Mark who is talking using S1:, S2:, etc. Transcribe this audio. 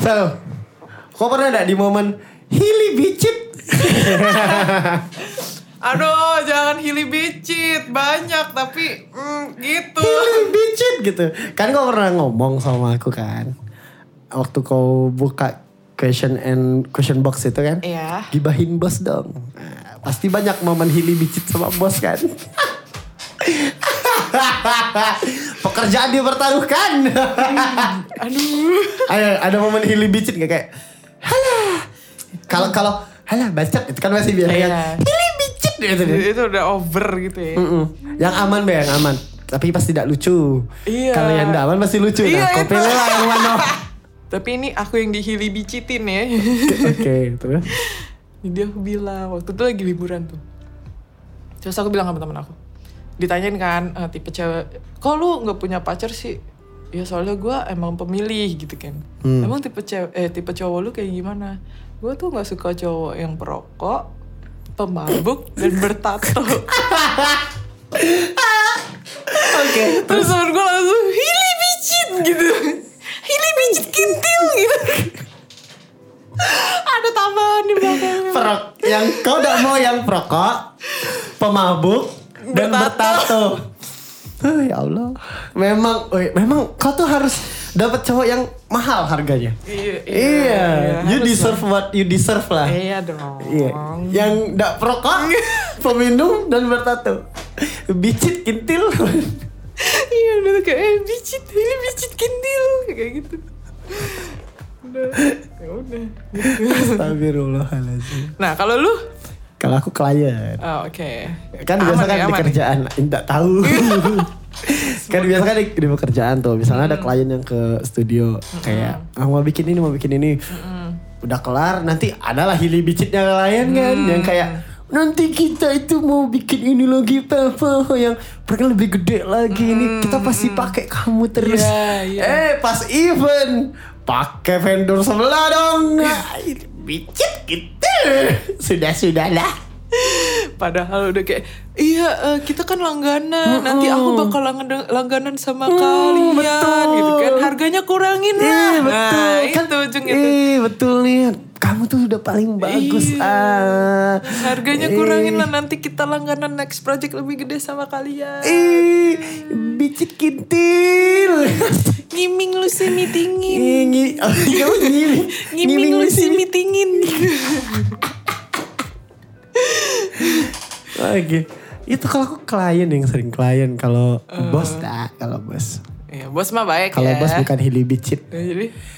S1: So, kau pernah gak di momen Hili bicit
S2: Aduh, jangan hili bicit. Banyak tapi mm, gitu.
S1: Hili bicit gitu Kan kau pernah ngomong sama aku kan Waktu kau buka question and question box itu kan
S2: Iya.
S1: Gibahin bos dong Nah, Pasti banyak momen hili bicit sama bos kan Pekerjaan dipertaruhkan
S2: Aduh.
S1: ada, ada momen hili bicit gak kayak Halah Kalau kalau Halah bacot itu kan masih biasa
S2: Iya.
S1: yang Hili bicit gitu deh.
S2: Ya, Itu udah over gitu ya.
S1: Mm-mm. Yang aman be, yang aman. Tapi pasti tidak lucu.
S2: Iya.
S1: Kalau yang tidak aman pasti lucu.
S2: Iya,
S1: nah, kau
S2: itu.
S1: pilih lah yang mana.
S2: Tapi ini aku yang dihili bicitin ya.
S1: Oke, ya. terus.
S2: Jadi aku bilang, waktu itu lagi liburan tuh. Terus aku bilang sama temen aku. Ditanyain kan, eh, tipe cewek, kok lu gak punya pacar sih? Ya soalnya gue emang pemilih gitu kan. Emang tipe cewek, eh tipe cowok lu kayak gimana? Gue tuh gak suka cowok yang perokok, pemabuk, dan bertato.
S1: Oke.
S2: Terus temen gue langsung, hili bicit gitu. Hili bicit kintil gitu. Ada tambahan di belakangnya.
S1: Perok yang kau tidak mau yang perokok, pemabuk dan bertato. Hah, ya Allah. Memang, woi, memang kau tuh harus dapat cowok yang mahal harganya.
S2: Iya,
S1: Iya, you
S2: harus
S1: deserve what you deserve lah.
S2: lah. Iya dong.
S1: Iya. Yang tidak perokok, peminum dan bertato. Bicit kintil.
S2: Iya udah tuh kayak eh bicit ini bicit kendil kayak gitu. Udah, ya udah.
S1: Astagfirullahaladzim.
S2: Nah kalau lu,
S1: Kalau aku klien.
S2: oh, oke.
S1: Kan
S2: Aman
S1: biasa kan
S2: ya,
S1: di
S2: aman ya.
S1: kerjaan, enggak tahu. kan biasa kan di, di pekerjaan tuh, misalnya
S2: Hmm.
S1: ada klien yang ke studio kayak ah, mau bikin ini, mau bikin ini.
S2: Hmm.
S1: Udah kelar, nanti adalah hili bicitnya klien kan yang
S2: Hmm.
S1: kayak nanti kita itu mau bikin ini lagi papa yang mereka lebih gede lagi ini kita pasti pakai kamu terus
S2: Hmm. Iya, iya.
S1: eh pas event pakai vendor sebelah dong Nah, bicit gitu sudah sudah lah
S2: Padahal udah kayak iya eh, kita kan langganan. Nanti aku bakal langganan, langganan sama
S1: Mm,
S2: kalian
S1: betul.
S2: gitu kan. Harganya kurangin lah.
S1: Iya betul
S2: Nah,
S1: kan?
S2: itu ujung itu.
S1: Iya, betul nih. Kamu tuh udah paling bagus
S2: Iya.
S1: ah.
S2: Harganya
S1: Ih,
S2: kurangin lah nanti kita langganan next project lebih gede sama kalian.
S1: Ih, bicik kintil.
S2: Ngiming lu sih meetingin.
S1: Ih, ngi, oh, kamu ngiming,
S2: Ngiming lu sih meetingin.
S1: Oke. Itu kalau aku klien yang sering klien kalau bos tak, kalau bos.
S2: Eh. Ya, bos mah baik
S1: Kalau
S2: ya.
S1: bos bukan hili bicit.
S2: Ya, jadi